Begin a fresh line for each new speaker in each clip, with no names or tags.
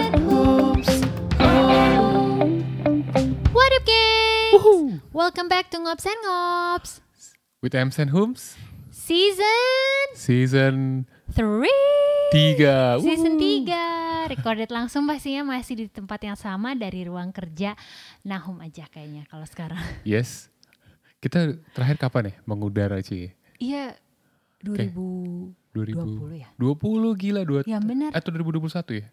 Uhuh. back to Ngops and Ngops
With Ems and Hooms
Season
Season
3
3
Season 3 Recorded langsung pastinya masih di tempat yang sama dari ruang kerja Nahum aja kayaknya kalau sekarang
Yes Kita terakhir kapan ya mengudara Ci?
Iya 2000
2020
20 ya?
20 gila dua
Yang benar
Atau 2021 ya?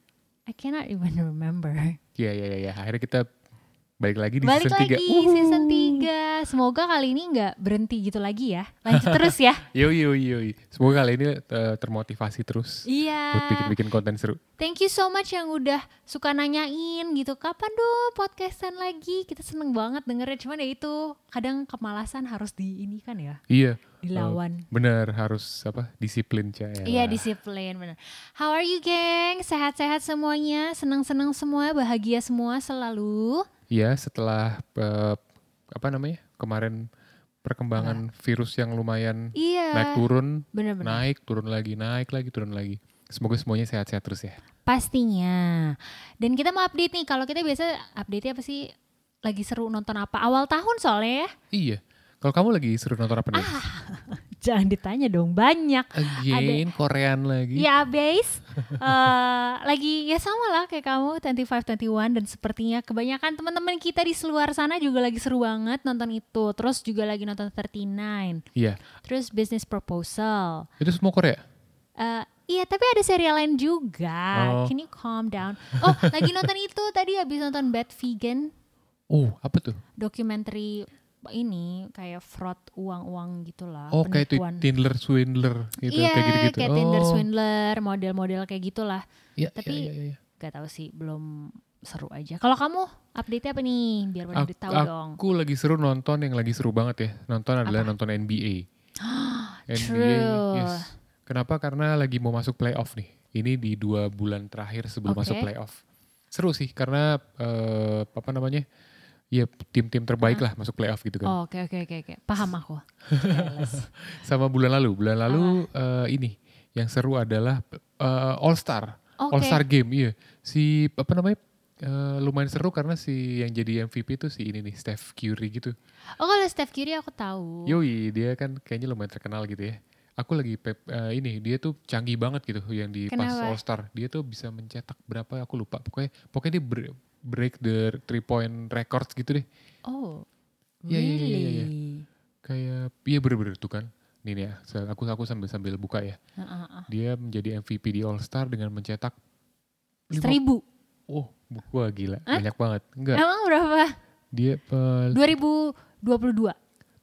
I cannot even remember
Iya iya iya ya. Akhirnya kita balik lagi di
Balik
season 3
lagi season 3 Semoga kali ini nggak berhenti gitu lagi ya Lanjut terus ya
Yo yo yo. Semoga kali ini eh, termotivasi terus buat
Iya
bikin-bikin konten seru.
Thank you so much yang udah suka nanyain gitu kapan dong podcastan lagi kita seneng banget dengernya cuman ya itu kadang kemalasan harus di ini kan ya
Iya.
dilawan
Bener harus apa? Disiplin ya. cah.
iya disiplin bener How are you geng sehat-sehat semuanya senang-senang semua bahagia semua selalu
Iya setelah eh, apa namanya kemarin perkembangan virus yang lumayan naik
iya
turun,
bener-bener
naik turun lagi, naik lagi turun lagi. Semoga semuanya sehat-sehat terus ya.
pastinya dan kita mau update nih kalau kita biasa update apa sih lagi seru nonton apa awal tahun soalnya ya
Iya. Kalau kamu lagi seru nonton apa nih?
Ah, jangan ditanya dong banyak
Again Korean lagi.
Ya abis eh, lagi ya sama lah kayak kamu 25 21 dan sepertinya kebanyakan teman-teman kita di luar sana juga lagi seru banget nonton itu. Terus juga lagi nonton 39.
Iya.
Terus Business Proposal.
Itu semua Korea.
Eh, iya, tapi ada serial lain juga.
Oh.
Can you calm down? Oh, lagi nonton itu tadi habis nonton Bad Vegan
Oh, apa tuh?
dokumenter ini kayak fraud uang-uang gitulah,
Oh, kayak itu
penipuan.
Tindler Swindler gitu
iya,
kayak gitu-gitu.
kayak
oh.
Tinder Swindler, model-model kayak gitulah.
Iya,
Tapi
iya, iya, iya.
gak tahu sih belum seru aja kalau kamu update apa nih biar pada
Aku, kan.
tahu dong
aku lagi seru nonton yang lagi seru banget ya. Nonton adalah nonton NBA.
true.
yes. Kenapa? Karena lagi mau masuk playoff nih. Ini di dua bulan terakhir sebelum
Oke.
masuk playoff. Seru sih karena eh, apa namanya? Ya tim-tim terbaik lah masuk playoff gitu kan.
Oh, oke oke oke oke paham aku Jelas.
Sama bulan lalu, bulan lalu eh, ini yang seru adalah eh, All Star.
oke
All Star Game, iya. Si apa namanya? eh, lumayan seru karena si yang jadi MVP itu si ini nih Steph Curry gitu.
oh kalau Steph Curry aku tahu
Yoi, dia kan kayaknya lumayan terkenal gitu ya. Aku lagi pep, eh, ini dia tuh canggih banget gitu yang di
Kenapa?
pas All Star. Dia tuh bisa mencetak berapa aku lupa. Pokoknya pokoknya dia bre- break the three point records gitu deh.
oh
Iya, iya,
really
iya, iya, Kayak iya bener-bener tuh kan. Nih nih ya, saya- aku aku sambil sambil buka ya.
Heeh, heeh.
Dia menjadi MVP di All Star dengan mencetak lima- Iya.
seribu
Oh, gua gila, banyak banget. Enggak,
emang berapa
dia eh,
2022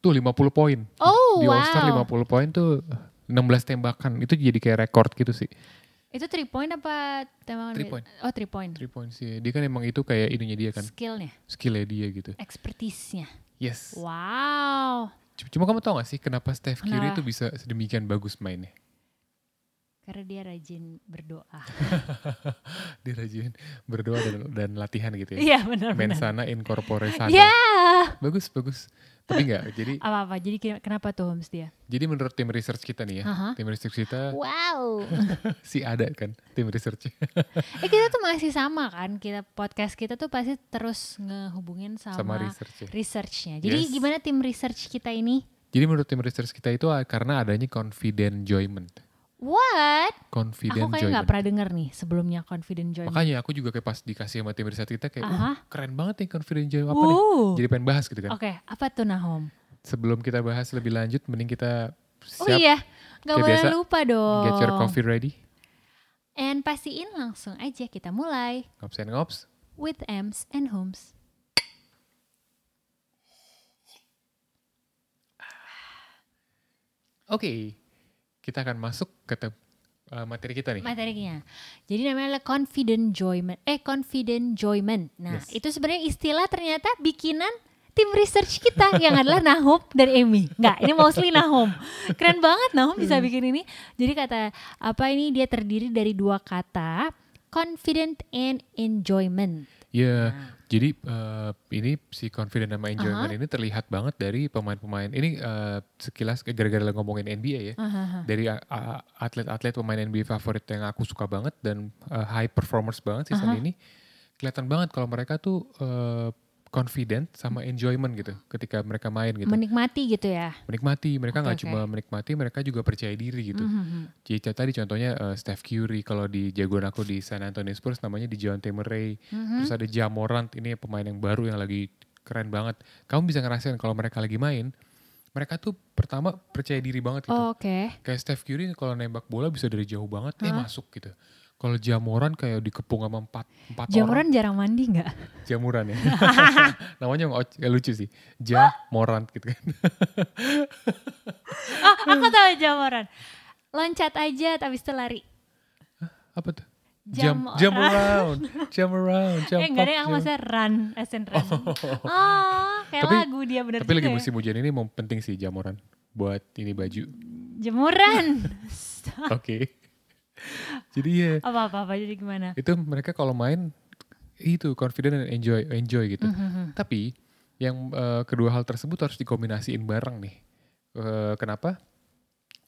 tuh 50 poin.
oh
di All Star
wow
50 poin tuh 16 tembakan. Itu jadi kayak rekor gitu sih.
itu three point apa tembakan
Three
be-
point.
oh three point
Three points ya. Dia kan emang itu kayak ininya dia kan.
skillnya
Skillnya dia gitu.
expertise-nya
Yes.
wow
C- Cuma kamu tau gak sih kenapa Steph Curry
Kenapa?
itu bisa sedemikian bagus mainnya?
karena dia rajin berdoa
Dia rajin berdoa dan, dan latihan gitu ya.
iya benar
Main
benar
sana, incorpore sana.
ya
Bagus, bagus. Tapi enggak, jadi
apa apa jadi ke- kenapa tuh Holmes dia
jadi menurut tim research kita nih ya.
Aha.
Tim research kita
wow
si ada kan, tim research.
eh kita tuh masih sama kan kita podcast kita tuh pasti terus ngehubungin sama,
sama research
researchnya jadi
Yes.
gimana tim research kita ini
Jadi menurut tim research kita itu ah, karena adanya confident enjoyment.
what aku kayaknya
Confident
nggak
enjoyment.
pernah denger nih sebelumnya confident joint
Makanya aku juga kayak pas dikasih sama tim riset kita kayak,
Aha.
wah keren banget nih confident enjoyment apa nih?
wow oke
Jadi pengen bahas gitu kan.
apa tuh Nahom
Sebelum kita bahas lebih lanjut, mending kita
oh
siap
iya nggak
Kayak
boleh
biasa,
lupa dong
get your coffee ready.
and pastiin langsung aja kita mulai
Ngops and ngops.
with Ems and Homes
Oke, kita akan masuk ke tem- eh, materi kita nih.
materinya. Jadi namanya adalah confident joyment. Eh confident joyment. Nah,
Yes.
itu sebenarnya istilah ternyata bikinan tim research kita yang adalah Nahum dan Emi. Enggak, ini mostly Nahum. Keren banget Nahum bisa bikin ini. Jadi kata apa ini dia terdiri dari dua kata, confident and enjoyment.
Ya, jadi eh, ini si confident sama enjoyment ini terlihat banget dari pemain-pemain. Ini eh, sekilas gara-gara ngomongin NBA ya.
Ahaha.
Dari a- a- atlet-atlet pemain NBA favorit yang aku suka banget dan eh, high performers banget season ini. Kelihatan banget kalau mereka tuh eh, confident sama enjoyment gitu ketika mereka main gitu.
menikmati gitu ya.
menikmati, mereka
Oke,
nggak
oke.
cuma menikmati, mereka juga percaya diri gitu.
Mhm.
Jadi kayak tadi contohnya eh, Steph Curry kalau di jagoan aku di San Antonio Spurs namanya di John Murray.
Hmm,
Terus ada Ja Morant ini pemain yang baru yang lagi keren banget. Kamu bisa ngerasain kalau mereka lagi main, mereka tuh pertama percaya diri banget gitu.
Oh, Oke.
Kayak Steph Curry kalau nembak bola bisa dari jauh banget, eh masuk gitu. Kalau Ja Morant kayak dikepung sama empat empat orang.
Jamuran jarang mandi nggak?
Jamuran ya. namanya nggak- nggak lucu sih. Ja Morant gitu kan.
Ah, aku tahu jamuran. Loncat aja, habis itu lari.
Apa tuh?
Jam
jam around, jam around, jam
eh enggak deh, aku
Ya, pop, jam-
maksudnya run, as in run. Oh, kayak
Tapi-
lagu dia bener
Tapi lagi
juga ya.
musim hujan ini mau penting sih jamuran buat ini baju.
Jemuran.
Oke. Jadi ya
Apa-apa, apa, jadi gimana?
itu mereka kalau main itu confident dan enjoy enjoy gitu.
Hmm,
Tapi yang eh, kedua hal tersebut harus dikombinasiin bareng nih. Eh, kenapa?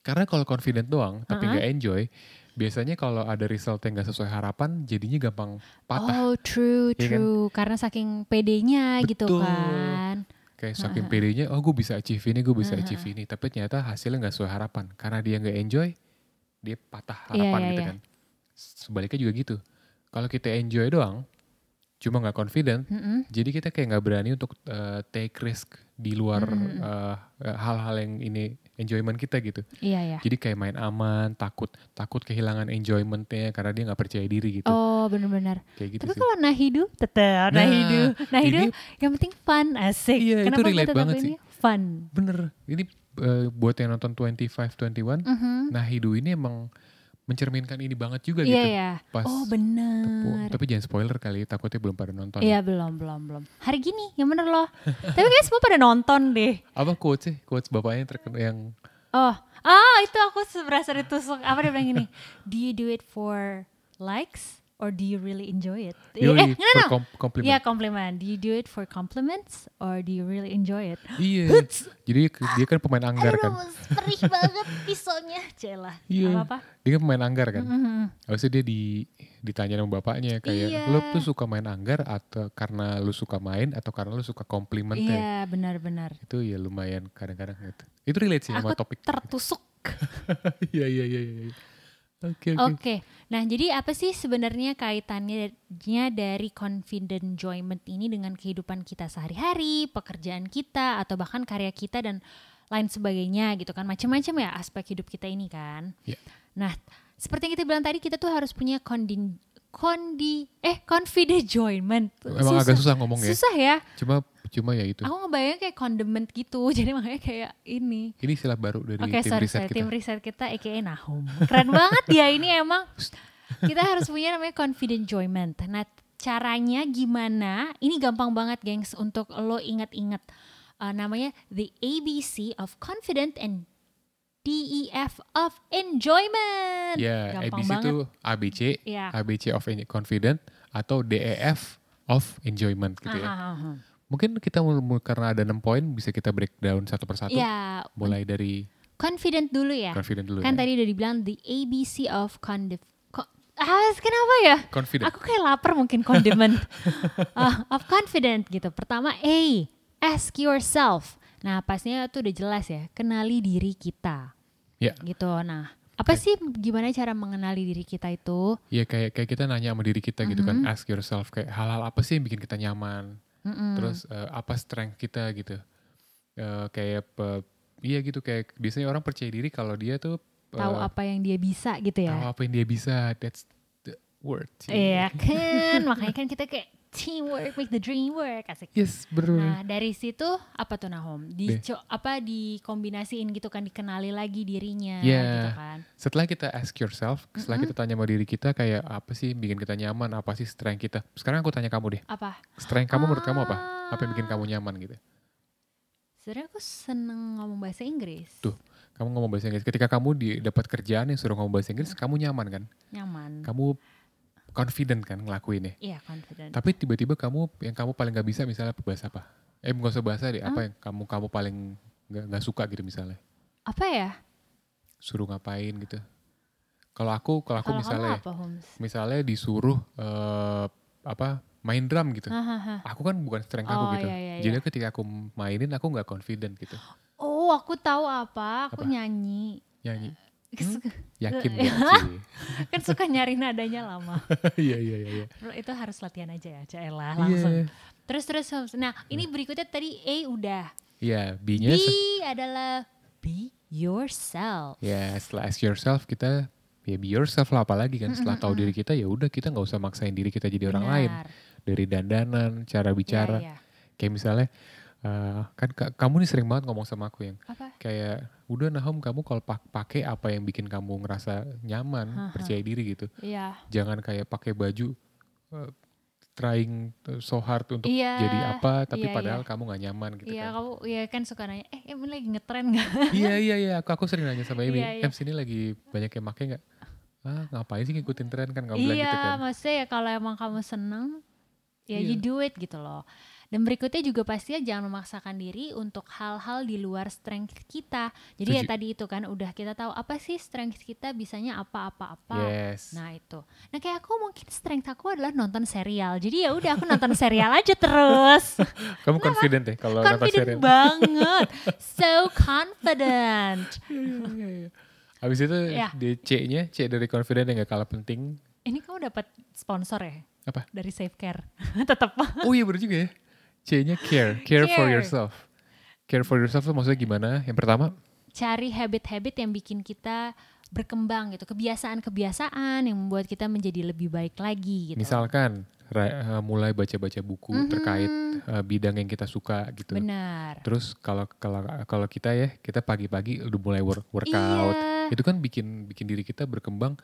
Karena kalau confident doang tapi nggak enjoy, biasanya kalau ada result yang nggak sesuai harapan, jadinya gampang patah.
Oh true,
Iya kan?
true. Karena saking pedenya gitu
Betul.
kan.
Kayak saking pedenya, oh gue bisa achieve ini, gue bisa achieve ini. Tapi ternyata hasilnya nggak sesuai harapan. Karena dia nggak enjoy, dia patah
Iya,
harapan
iya,
gitu
iya.
kan. Sebaliknya juga gitu. Kalau kita enjoy doang, cuma nggak confident,
Mm-mm.
jadi kita kayak nggak berani untuk eh, take risk di luar
Mm-mm.
eh, hal-hal yang ini enjoyment kita gitu.
Iya ya.
Jadi kayak main aman, takut takut kehilangan enjoymentnya karena dia nggak percaya diri gitu.
Oh benar-benar.
Kayak gitu
Tapi
sih.
kalau Nahidu tetap
Nah,
Nahidu. Nahidu
ini-
yang penting fun, asik.
Iya, itu
Kenapa gua
relate
tetap
banget
ini? Fun.
Bener. Ini eh, buat yang nonton 25-21,
Mhm.
Nah Hidu ini emang mencerminkan ini banget
Iya
juga gitu.
ya.
Pas
Oh
tepu-
benar.
Tapi jangan spoiler kali, ya, takutnya belum pada nonton.
Iya belum belum belum. Hari gini yang bener loh. Tapi kayaknya semua pada nonton deh.
Apa quotes sih? Quotes bapaknya yang terkenal yang
Oh, ah itu aku berasa ditusuk. Apa dia bilang gini? Do you do it for likes or do you really enjoy it?
Yoi,
Iya. Eh, no, no.
berkom- komplimen.
Iya komplimen. Do you do it for compliments or do you really enjoy it?
Iya. Jadi ke- dia kan pemain anggar kan.
Aduh, perih banget pisaunya. Celah.
Iya.
Apa-apa?
Dia kan pemain anggar kan.
Mhm.
Harusnya dia di ditanya sama bapaknya kayak
Iya.
lu tuh suka main anggar atau karena lu suka main atau karena lu suka komplimen ya?"
Iya benar-benar.
Itu ya lumayan kadang-kadang gitu. Itu relate sih sama
Aku
topik.
tertusuk.
Iya iya iya iya.
Oke.
Oke oke.
Nah, jadi apa sih sebenarnya kaitannya nya dari confident enjoyment ini dengan kehidupan kita sehari-hari, pekerjaan kita atau bahkan karya kita dan lain sebagainya gitu kan. Macam-macam ya aspek hidup kita ini kan.
Iya.
Nah, seperti yang kita bilang tadi kita tuh harus punya kondi kondi eh confident enjoyment.
Emang agak susah ngomong ya.
Susah ya.
Cuma cuma ya itu.
Aku ngebayangnya kayak condiment gitu. Jadi makanya kayak ini.
Ini istilah baru dari
Oke,
tim
sorry,
riset
sorry.
kita.
Tim riset kita aka Nahum. Keren banget dia ini emang. Kita harus punya namanya confident enjoyment. Nah, caranya gimana? Ini gampang banget, gengs, untuk lo inget-inget. Eh, namanya The ABC of Confident and DEF of Enjoyment.
Ya,
gampang
ABC
banget.
itu ABC,
Iya.
ABC of en- confident atau DEF of enjoyment gitu
Ah,
ya.
ah, ah, ah.
Mungkin kita mul- mul- karena ada 6 poin bisa kita breakdown satu persatu.
Ya,
Mulai dari
confident dulu ya.
confident dulu.
Kan
ya.
tadi udah dibilang The ABC of Condif. Ko- ah, kenapa ya?
confident.
Aku kayak lapar mungkin condiment. Ah, of confident gitu. Pertama A, ask yourself. Nah, pastinya itu udah jelas ya, kenali diri kita.
Ya.
Gitu. Nah, apa sih gimana cara mengenali diri kita itu?
Iya kayak kayak kita nanya sama diri kita gitu
Mm-hmm.
kan, ask yourself kayak hal-hal apa sih yang bikin kita nyaman?
Mm-mm.
Terus eh, apa strength kita gitu. Eh, kayak eh, iya gitu kayak biasanya orang percaya diri kalau dia tuh eh, Oh,
Tahu apa yang dia bisa gitu
tahu
ya.
apa yang dia bisa. That's the word.
Iya kan? Makanya kan kita kayak teamwork make the dream work. Asik.
Yes, bener.
Nah, dari situ apa tuh Nahom? Di
Hmm. Deh.
co- apa dikombinasiin gitu kan dikenali lagi dirinya
Iya.
gitu kan.
setelah kita ask yourself, setelah kita tanya sama diri kita kayak apa sih yang bikin kita nyaman, apa sih strength kita. Sekarang aku tanya kamu deh,
Apa?
strength kamu menurut kamu apa?
Ah.
Apa yang bikin kamu nyaman gitu?
Sebenarnya aku seneng ngomong bahasa Inggris.
Tuh. Kamu ngomong bahasa Inggris. Ketika kamu di, dapat kerjaan yang suruh ngomong bahasa Inggris,
Iya.
kamu nyaman kan?
Nyaman.
Kamu confident kan ngelakuinnya.
Iya, confident.
Tapi tiba-tiba kamu yang kamu paling nggak bisa misalnya bahasa apa? Eh nggak usah bahasa deh. Apa yang kamu kamu paling nggak nggak suka gitu misalnya?
Apa ya?
Suruh ngapain gitu? Kalau aku kalau aku
Kalau kamu
misalnya
apa, Holmes?
misalnya disuruh eh, apa main drum gitu.
Hahaha.
Aku kan bukan strength aku
Oh,
gitu.
iya, iya,
Jadi ketika aku mainin aku nggak confident gitu.
Oh, aku tahu apa. Aku
Apa? Hmm?
nyanyi.
Nyanyi
Suka-
Ya, yakin
Iya.
gak sih?
kan suka nyari nadanya lama.
Iya iya iya. iya.
Bro, Itu harus latihan aja ya, Caela
Iya.
langsung. Terus terus. terus. Nah, ini berikutnya tadi A udah.
Iya,
B
B-nya se-
adalah be yourself.
ya setelah ask yourself kita ya be yourself lah apalagi kan setelah tahu diri kita ya udah kita nggak usah maksain diri kita jadi orang lain
Benar.
dari dandanan, cara bicara.
Iya, iya.
Kayak misalnya eh, kan ka- kamu nih sering banget ngomong sama aku yang
Apa?
kayak udah Nahom kamu kalau pak- pakai apa yang bikin kamu ngerasa nyaman, percaya diri gitu.
Iya.
jangan kayak pakai baju eh, trying so hard untuk
Iya,
jadi apa tapi
iya,
padahal
iya.
kamu nggak nyaman gitu
Iya,
kan
kamu iya kan suka nanya, "Eh, Em lagi ngetren gak?
iya iya iya aku aku sering nanya sama Amy
Iya, iya.
em sini lagi banyak yang make nggak ah ngapain sih ngikutin tren kan kamu bilang
iya,
gitu kan
maksudnya ya kalau emang kamu seneng, ya
Iya.
you do it gitu loh. Dan berikutnya juga pastinya jangan memaksakan diri untuk hal-hal di luar strength kita. Jadi ya
Setuju.
tadi itu kan udah kita tahu apa sih strength kita bisanya apa-apa-apa.
yes
Nah itu. Nah kayak aku mungkin strength aku adalah nonton serial. Jadi ya udah aku nonton serial aja terus.
kamu confident deh kalau nonton serial
confident banget. So confident.
habis itu
Iya.
di C-nya C dari confident yang gak kalah penting
Ini kamu dapat sponsor ya
apa
dari Safe Care. Tetap.
oh iya bener juga ya C-nya care care for
Care.
yourself care for yourself tuh maksudnya gimana yang pertama
Gitu. cari habit-habit yang bikin kita berkembang gitu kebiasaan-kebiasaan yang membuat kita menjadi lebih baik lagi gitu
Misalkan ra- eh, mulai baca-baca buku
Mhm.
terkait eh, bidang yang kita suka gitu.
benar
Terus kalau kalau kalau kita ya, kita pagi-pagi udah mulai work- workout.
iya
Itu kan bikin bikin diri kita berkembang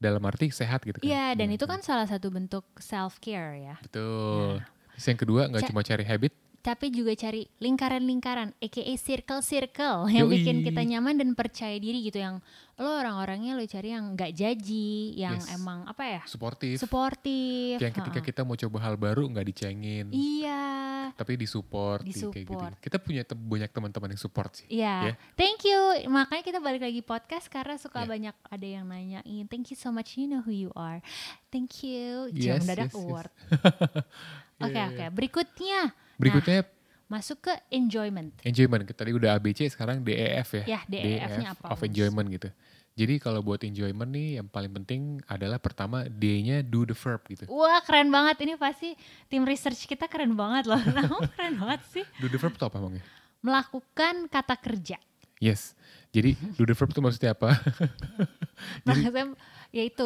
dalam arti sehat gitu kan.
iya dan
Hmm,
itu kan salah satu bentuk self care ya
betul. Terus yang kedua
Ca-
nggak cuma cari habit,
tapi juga cari lingkaran-lingkaran aka circle-circle yang
Yoi.
bikin kita nyaman dan percaya diri gitu yang lo orang-orangnya lo cari yang nggak jaji yang
Yes.
emang apa ya
suportif.
suportif
Yang ketika
ha-ha.
kita mau coba hal baru nggak dicengin,
iya
tapi disupport, di- kayak gitu.
Disupport.
Kita punya tem- banyak teman-teman yang support sih.
Iya,
Ya.
thank you. Makanya kita balik lagi podcast karena suka
Ya.
banyak ada yang nanyain. Thank you so much, you know who you are. Thank you. Jam
Yes,
dadak
yes, yes.
award.
Iya,
Oke
iya.
oke. Berikutnya Nah,
Berikutnya
masuk ke enjoyment.
enjoyment. Tadi udah ABC, sekarang DEF ya.
Ya DEF-nya
DEF
apa?
of
Mas?
enjoyment gitu. Jadi kalau buat enjoyment nih yang paling penting adalah pertama D-nya do the verb gitu.
Wah keren banget. Ini pasti tim research kita keren banget loh. Nah, keren banget sih.
Do the verb itu apa emangnya?
Melakukan kata kerja.
Yes. Jadi do the verb itu maksudnya apa?
Maksudnya ya itu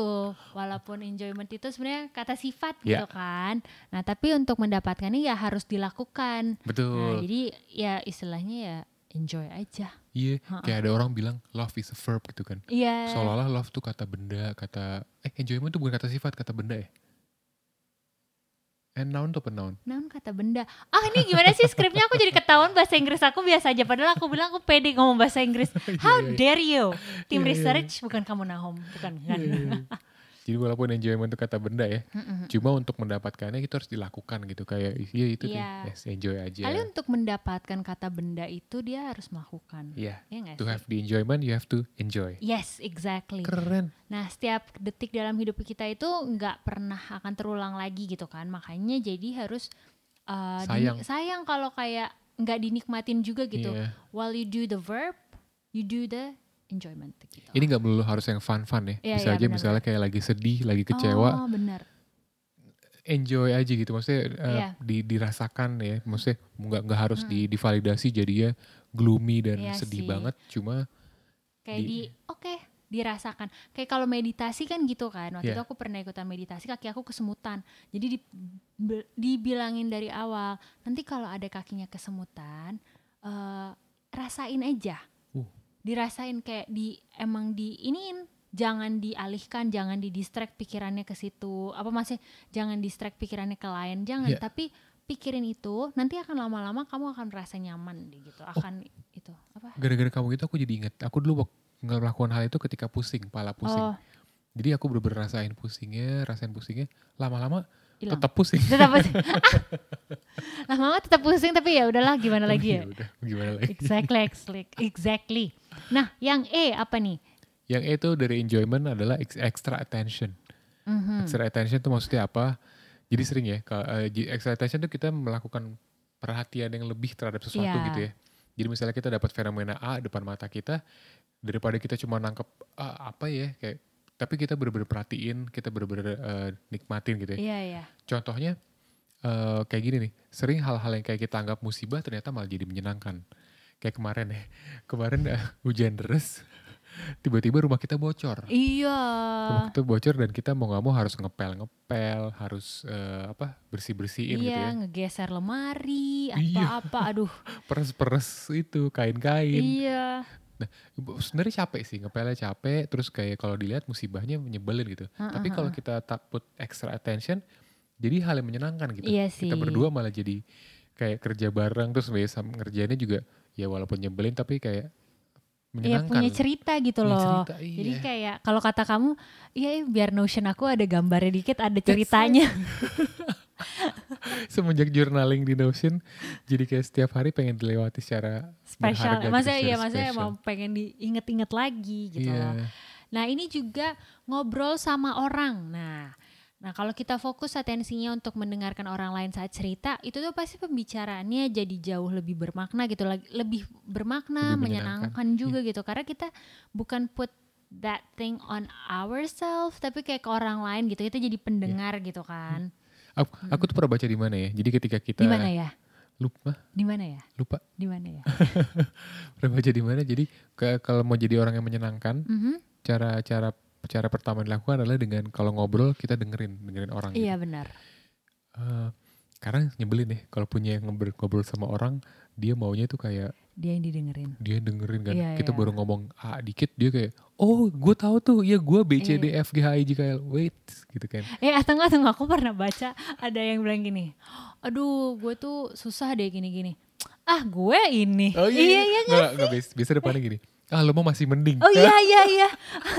walaupun enjoyment itu sebenarnya kata sifat
Ya.
gitu kan. Nah tapi untuk mendapatkannya ya harus dilakukan. Nah,
Betul.
jadi ya istilahnya ya enjoy aja.
Iya.
Ha-ha.
Kayak ada orang bilang love is a verb gitu kan.
Iya.
Seolah-olah love tuh kata benda, kata eh enjoyment tuh bukan kata sifat, kata benda ya. And noun tuh apa noun?
Namun kata benda. Ah ini gimana sih skripnya aku jadi ketahuan bahasa Inggris aku biasa aja. Padahal aku bilang aku pede ngomong bahasa Inggris. How
Iya, iya.
dare you? Tim
Iya, iya.
research bukan kamu Nahom, bukan kan?
Iya,
bukan.
iya, iya. Jadi walaupun enjoyment itu kata benda ya,
Mm-mm.
cuma untuk mendapatkannya kita harus dilakukan gitu kayak iya itu
Iya.
deh. Yes, enjoy aja.
Kali untuk mendapatkan kata benda itu dia harus melakukan.
Iya.
Iya nggak
To
sih?
have the enjoyment, you have to enjoy.
Yes, exactly.
Keren.
Nah, setiap detik dalam hidup kita itu nggak pernah akan terulang lagi gitu kan. Makanya jadi harus uh,
Sayang.
dinik- sayang kalau kayak nggak dinikmatin juga gitu.
Iya.
While you do the verb, you do the enjoyment gitu.
Ini nggak melulu harus yang fun-fun ya.
Iya,
Bisa
iya,
aja
benar,
misalnya kayak lagi sedih, lagi
Oh,
kecewa,
benar.
enjoy aja gitu. Maksudnya eh,
Iya. Hmm.
di- dirasakan ya. Maksudnya nggak nggak harus di, divalidasi jadinya gloomy dan
Iya
sedih
sih.
banget. Cuma
Kayak
Di-
di, oke, dirasakan. Kayak kalau meditasi kan gitu kan. Waktu itu
Iya.
aku pernah ikutan meditasi, kaki aku kesemutan. Jadi di- be- dibilangin dari awal, nanti kalau ada kakinya kesemutan, eh, rasain aja.
Uh.
Dirasain kayak di emang di iniin jangan dialihkan, jangan didistract pikirannya ke situ. Apa masih jangan distract pikirannya ke lain, jangan.
Iya.
Tapi pikirin itu, nanti akan lama-lama kamu akan merasa nyaman deh
Oh.
gitu. Akan itu apa?
gara-gara kamu itu aku jadi inget. Aku dulu wak- ngelakukan hal itu ketika pusing, pala pusing.
Oh,
Jadi aku bener-bener rasain pusingnya, rasain pusingnya. Lama-lama
hilang.
tetap pusing.
tetap pusing. lah mama tetap pusing tapi ya udahlah gimana lagi ya.
Udah, gimana lagi?
Exactly, exactly, exactly. Nah, yang E apa nih?
Yang itu dari enjoyment adalah ex- extra attention.
Mhm.
Extra attention itu maksudnya apa? Jadi sering ya, ka- eh, j- excitation itu kita melakukan perhatian yang lebih terhadap sesuatu
Iya.
gitu ya. Jadi misalnya kita dapat fenomena A depan mata kita, daripada kita cuma nangkep "Ah, apa ya kayak, tapi kita bener-bener perhatiin, kita bener-bener eh, nikmatin gitu ya.
Iya ya.
Contohnya eh, kayak gini nih, sering hal-hal yang kayak kita anggap musibah ternyata malah jadi menyenangkan. Kayak kemarin ya, kemarin eh, hujan deras, tiba-tiba rumah kita bocor.
Iya.
Rumah kita bocor dan kita mau nggak mau harus ngepel-ngepel, harus eh, apa bersih-bersihin gitu
Iya,
ya.
ngegeser lemari,
Iya.
apa-apa, aduh.
Peres-peres itu kain-kain.
Iya.
Sebenarnya capek sih, ngepelnya capek. Terus kayak kalau dilihat musibahnya menyebelin gitu.
Ha, ha,
Tapi kalau kita tak put extra attention, jadi hal yang menyenangkan gitu.
Iya sih.
Kita berdua malah jadi kayak kerja bareng terus biasa ngerjainnya juga ya walaupun nyebelin tapi kayak
Iya
menyenangkan.
punya cerita gitu
Punya
loh.
cerita, iya.
Jadi kan kayak kalau kata kamu, iya iya, biar notion aku ada gambarnya dikit, ada ceritanya.
Semenjak journaling di Notion, jadi kayak setiap hari pengen dilewati secara
spesial.
berharga gitu,
Masa
secara
iya, masa
spesial.
emang pengen diinget-inget lagi gitu
Iya.
loh. Nah ini juga ngobrol sama orang. Nah, nah kalau kita fokus atensinya untuk mendengarkan orang lain saat cerita, itu tuh pasti pembicaraannya jadi jauh lebih bermakna gitu, lagi- lebih bermakna,
Lebih
menyenangkan,
menyenangkan.
juga gitu. Karena kita bukan put that thing on ourselves, tapi kayak ke orang lain gitu. Kita jadi pendengar gitu kan.
Aku, aku tuh pernah baca di mana ya? Jadi ketika kita
Di mana ya?
lupa
Di mana ya?
lupa
Di mana ya?
pernah baca di mana? Jadi ke- kalau mau jadi orang yang menyenangkan,
Mhm.
cara cara cara pertama yang dilakukan adalah dengan kalau ngobrol kita dengerin dengerin orang gitu.
Iya benar.
Eh, karena nyebelin deh kalau punya yang ngobrol, ngobrol sama orang dia maunya tuh kayak
Dia yang didengerin.
dia dengerin kan
Iya,
kita
iya.
baru ngomong A dikit dia kayak oh gue tahu tuh ya gue B C D
Iya.
F G H I J K L wait gitu kan
Eh tunggu tunggu aku pernah baca ada yang bilang gini, aduh gue tuh susah deh gini-gini. Ah gue ini.
Oh,
iya iya nggak?
nggak nggak biasa, biasa depannya gini ah lo mau masih mending
Oh iya iya iya.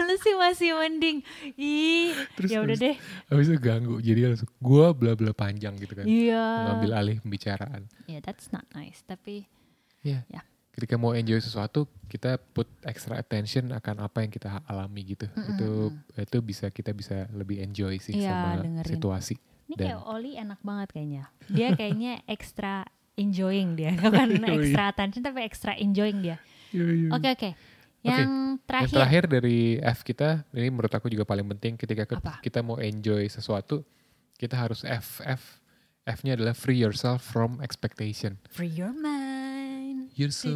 Lu sih masih mending. Ih
Terus-
ya udah deh.
terus. habis itu ganggu jadi langsung gue bla bla panjang gitu kan
Iya.
ngambil alih pembicaraan
Ya that's not nice tapi
Iya.
Ya.
Ketika mau enjoy sesuatu, kita put extra attention akan apa yang kita alami gitu. Itu itu bisa kita bisa lebih enjoy sih
Iya,
sama
dengerin.
situasi.
ini
Dan-
kayak Oli enak banget kayaknya. Dia kayaknya extra enjoying dia bukan
Yoi.
extra attention tapi extra enjoying dia. Oke oke. Yang
Yang
terakhir.
terakhir dari F kita, ini menurut aku juga paling penting ketika ke-
Apa?
kita mau enjoy sesuatu, kita harus F F F-nya adalah free yourself from expectation.
Free your mind.
You're so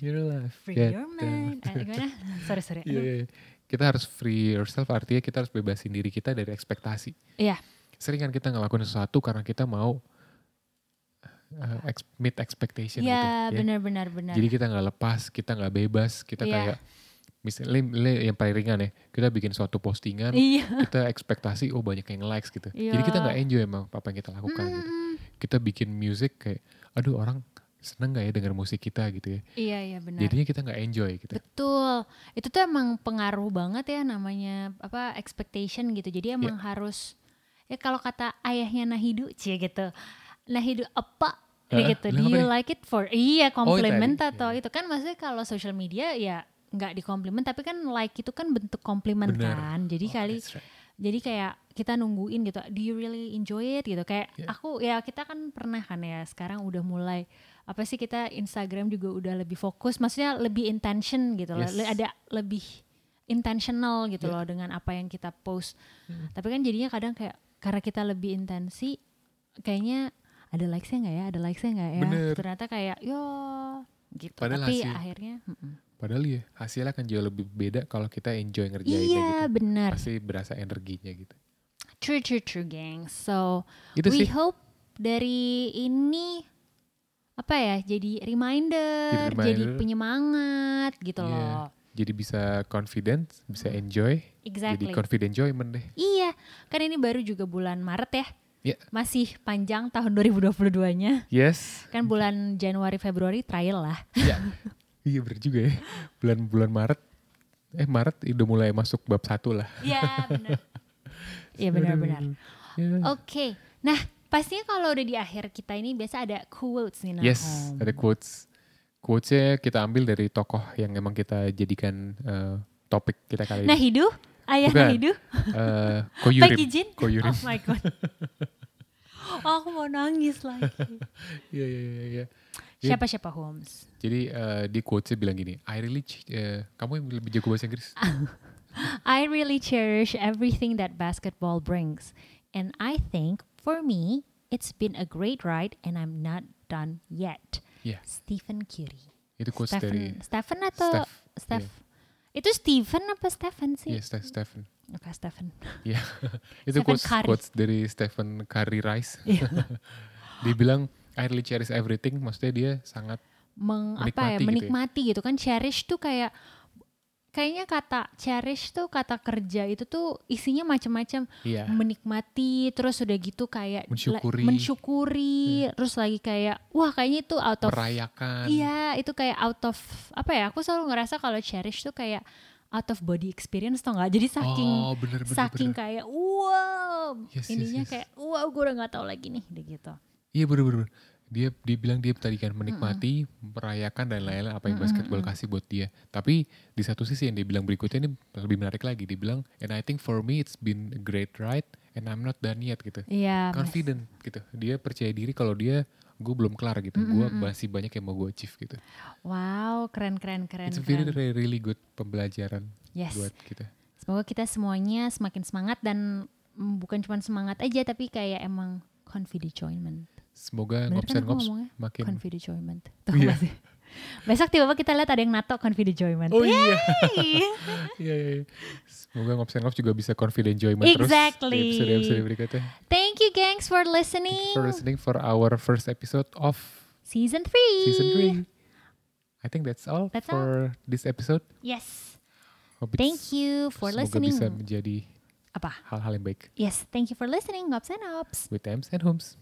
your life.
Free
Yeah,
your
the-
mind. Eh, gimana? Sorry sorry.
Gitu. Iya,
Aduh.
iya, iya. Kita harus free yourself artinya kita harus bebasin diri kita dari ekspektasi.
Iya.
sering kan kita ngelakuin sesuatu karena kita mau uh, ex- meet expectation
Iya
gitu. ya.
benar-benar benar.
Jadi kita nggak lepas, kita nggak bebas, kita
Iya.
kayak misalnya le- yang paling ringan ya, kita bikin suatu postingan,
Iya.
kita ekspektasi oh banyak yang likes gitu.
Iya.
Jadi kita nggak enjoy emang apa yang kita lakukan. gitu.
Mm,
Kita bikin music kayak, aduh orang seneng nggak ya dengar musik kita gitu ya.
Iya iya benar.
Jadinya kita nggak enjoy gitu.
Betul. Itu tuh emang pengaruh banget ya namanya apa expectation gitu.
Iya.
Jadi emang harus ya kalau kata ayahnya Nahidu cie gitu. Nahidu apa
Hah?
gitu. Do
Bilang
you
apa nih? Oh,
like it for iya komplimen
tadi.
atau itu kan maksudnya kalau social media ya nggak dikomplimen tapi kan like itu kan bentuk komplimen
Benar.
kan. Jadi
Oh,
kali
that's right.
jadi kayak kita nungguin gitu do you really enjoy it gitu kayak
Yeah.
aku ya kita kan pernah kan ya sekarang udah mulai apa sih kita Instagram juga udah lebih fokus maksudnya lebih intention gitu loh
Yes.
Le- ada lebih intentional gitu
Yeah. Hmm.
loh dengan apa yang kita post tapi kan jadinya kadang kayak karena kita lebih intensi kayaknya ada likesnya nggak ya ada likesnya nggak ya
Bener.
ternyata kayak yo gitu
Padahal
tapi
hasil-
akhirnya mm-mm.
Padahal ya hasilnya akan jauh lebih beda kalau kita enjoy ngerjainnya
iya
gitu.
benar
Pasti berasa energinya gitu.
true true true gang so
Itu
we
Gitu sih.
hope dari ini apa ya jadi reminder, jadi,
Jadi reminder.
penyemangat gitu
Iya.
loh.
Jadi bisa confident, bisa enjoy. Jadi
Exactly.
confident enjoyment deh.
Iya, kan ini baru juga bulan Maret ya.
Iya.
Masih panjang tahun 2022-nya.
Yes.
Kan bulan Januari Februari trial lah.
Iya. iya bener juga ya. Bulan-bulan Maret. Eh Maret udah mulai masuk bab satu lah.
Iya, benar. Iya benar-benar.
Ya.
Oke. Nah, pastinya kalau udah di akhir kita ini biasa ada quotes nih nah.
Yes, ada quotes. Quotesnya kita ambil dari tokoh yang emang kita jadikan eh, topik kita kali
Nah,
ini.
hidup Ayah
Bukan.
Hidu?
Eh,
Peggy
koyurim.
Jin?
Koyurim.
Oh my God. Oh, aku mau nangis lagi.
Iya, iya, iya, iya. Iya.
Siapa-siapa Holmes?
Jadi eh, dia quotes-nya bilang gini, I really, ch- eh, kamu yang lebih jago bahasa Inggris.
Ah, I really cherish everything that basketball brings. And I think for me, it's been a great ride and I'm not done yet.
Iya,
Stephen Curry.
itu quotes dari,
Stephen, Stephen atau
Steph,
Steph? Itu Stephen apa Stephen sih?
iya, Ste- Stephen.
Apa Stephen?
Iya, itu
Stephen
quotes,
Curry.
quotes dari Stephen Curry Rice.
Iya.
dia bilang, I really cherish everything, maksudnya dia sangat,
Meng, apa ya,
Menikmati gitu ya.
menikmati gitu, kan cherish tuh kayak kayaknya kata cherish tuh kata kerja itu tuh isinya macam-macam
iya,
menikmati terus udah gitu kayak la-
Mensyukuri. Iya.
mensyukuri, terus lagi kayak wah kayaknya itu out of
merayakan.
Iya, itu kayak out of apa ya? Aku selalu ngerasa kalau cherish tuh kayak out of body experience tau nggak? Jadi saking
oh, bener, bener,
saking
bener.
kayak wow,
Yes, yes,
ininya
yes.
kayak wow, gue udah nggak tahu lagi nih, udah gitu.
Iya bener bener. bener. Dia dia bilang dia tadi kan menikmati, merayakan dan lain-lain apa yang basketball kasih buat dia. Tapi di satu sisi yang dia bilang berikutnya ini lebih menarik lagi. Dia bilang, and I think for me it's been a great ride and I'm not done yet gitu.
Iya, Mas.
Confident gitu. Dia percaya diri kalau dia gue belum kelar gitu. Gue masih banyak yang mau gue achieve gitu.
wow, keren keren keren.
It's a very
keren.
really, really good pembelajaran
Yes,
buat kita.
semoga kita semuanya semakin semangat dan mm, bukan cuma semangat aja, tapi kayak emang confident joinment.
Semoga
Bener
ngops
kan
dan
aku
ngops
ngomongnya?
makin.
Confident joinment. Tuh
Iya.
masih. Besok tiba-tiba kita lihat ada yang nato confident joinment.
Oh iya.
Yeay.
Iya, iya, iya. Semoga Ngops and Ngops juga bisa confident enjoyment terus
Exactly.
di episode-episode berikutnya.
Thank you, gangs, for listening.
Thank you for listening for our first episode of
Season three.
season 3. I think that's all
That's
for this episode.
Yes.
Hope it's-
Thank you for
semoga
listening.
bisa menjadi
Apa?
hal-hal yang baik
Yes, thank you for listening, Ngops and Ops.
with Ems and Homes.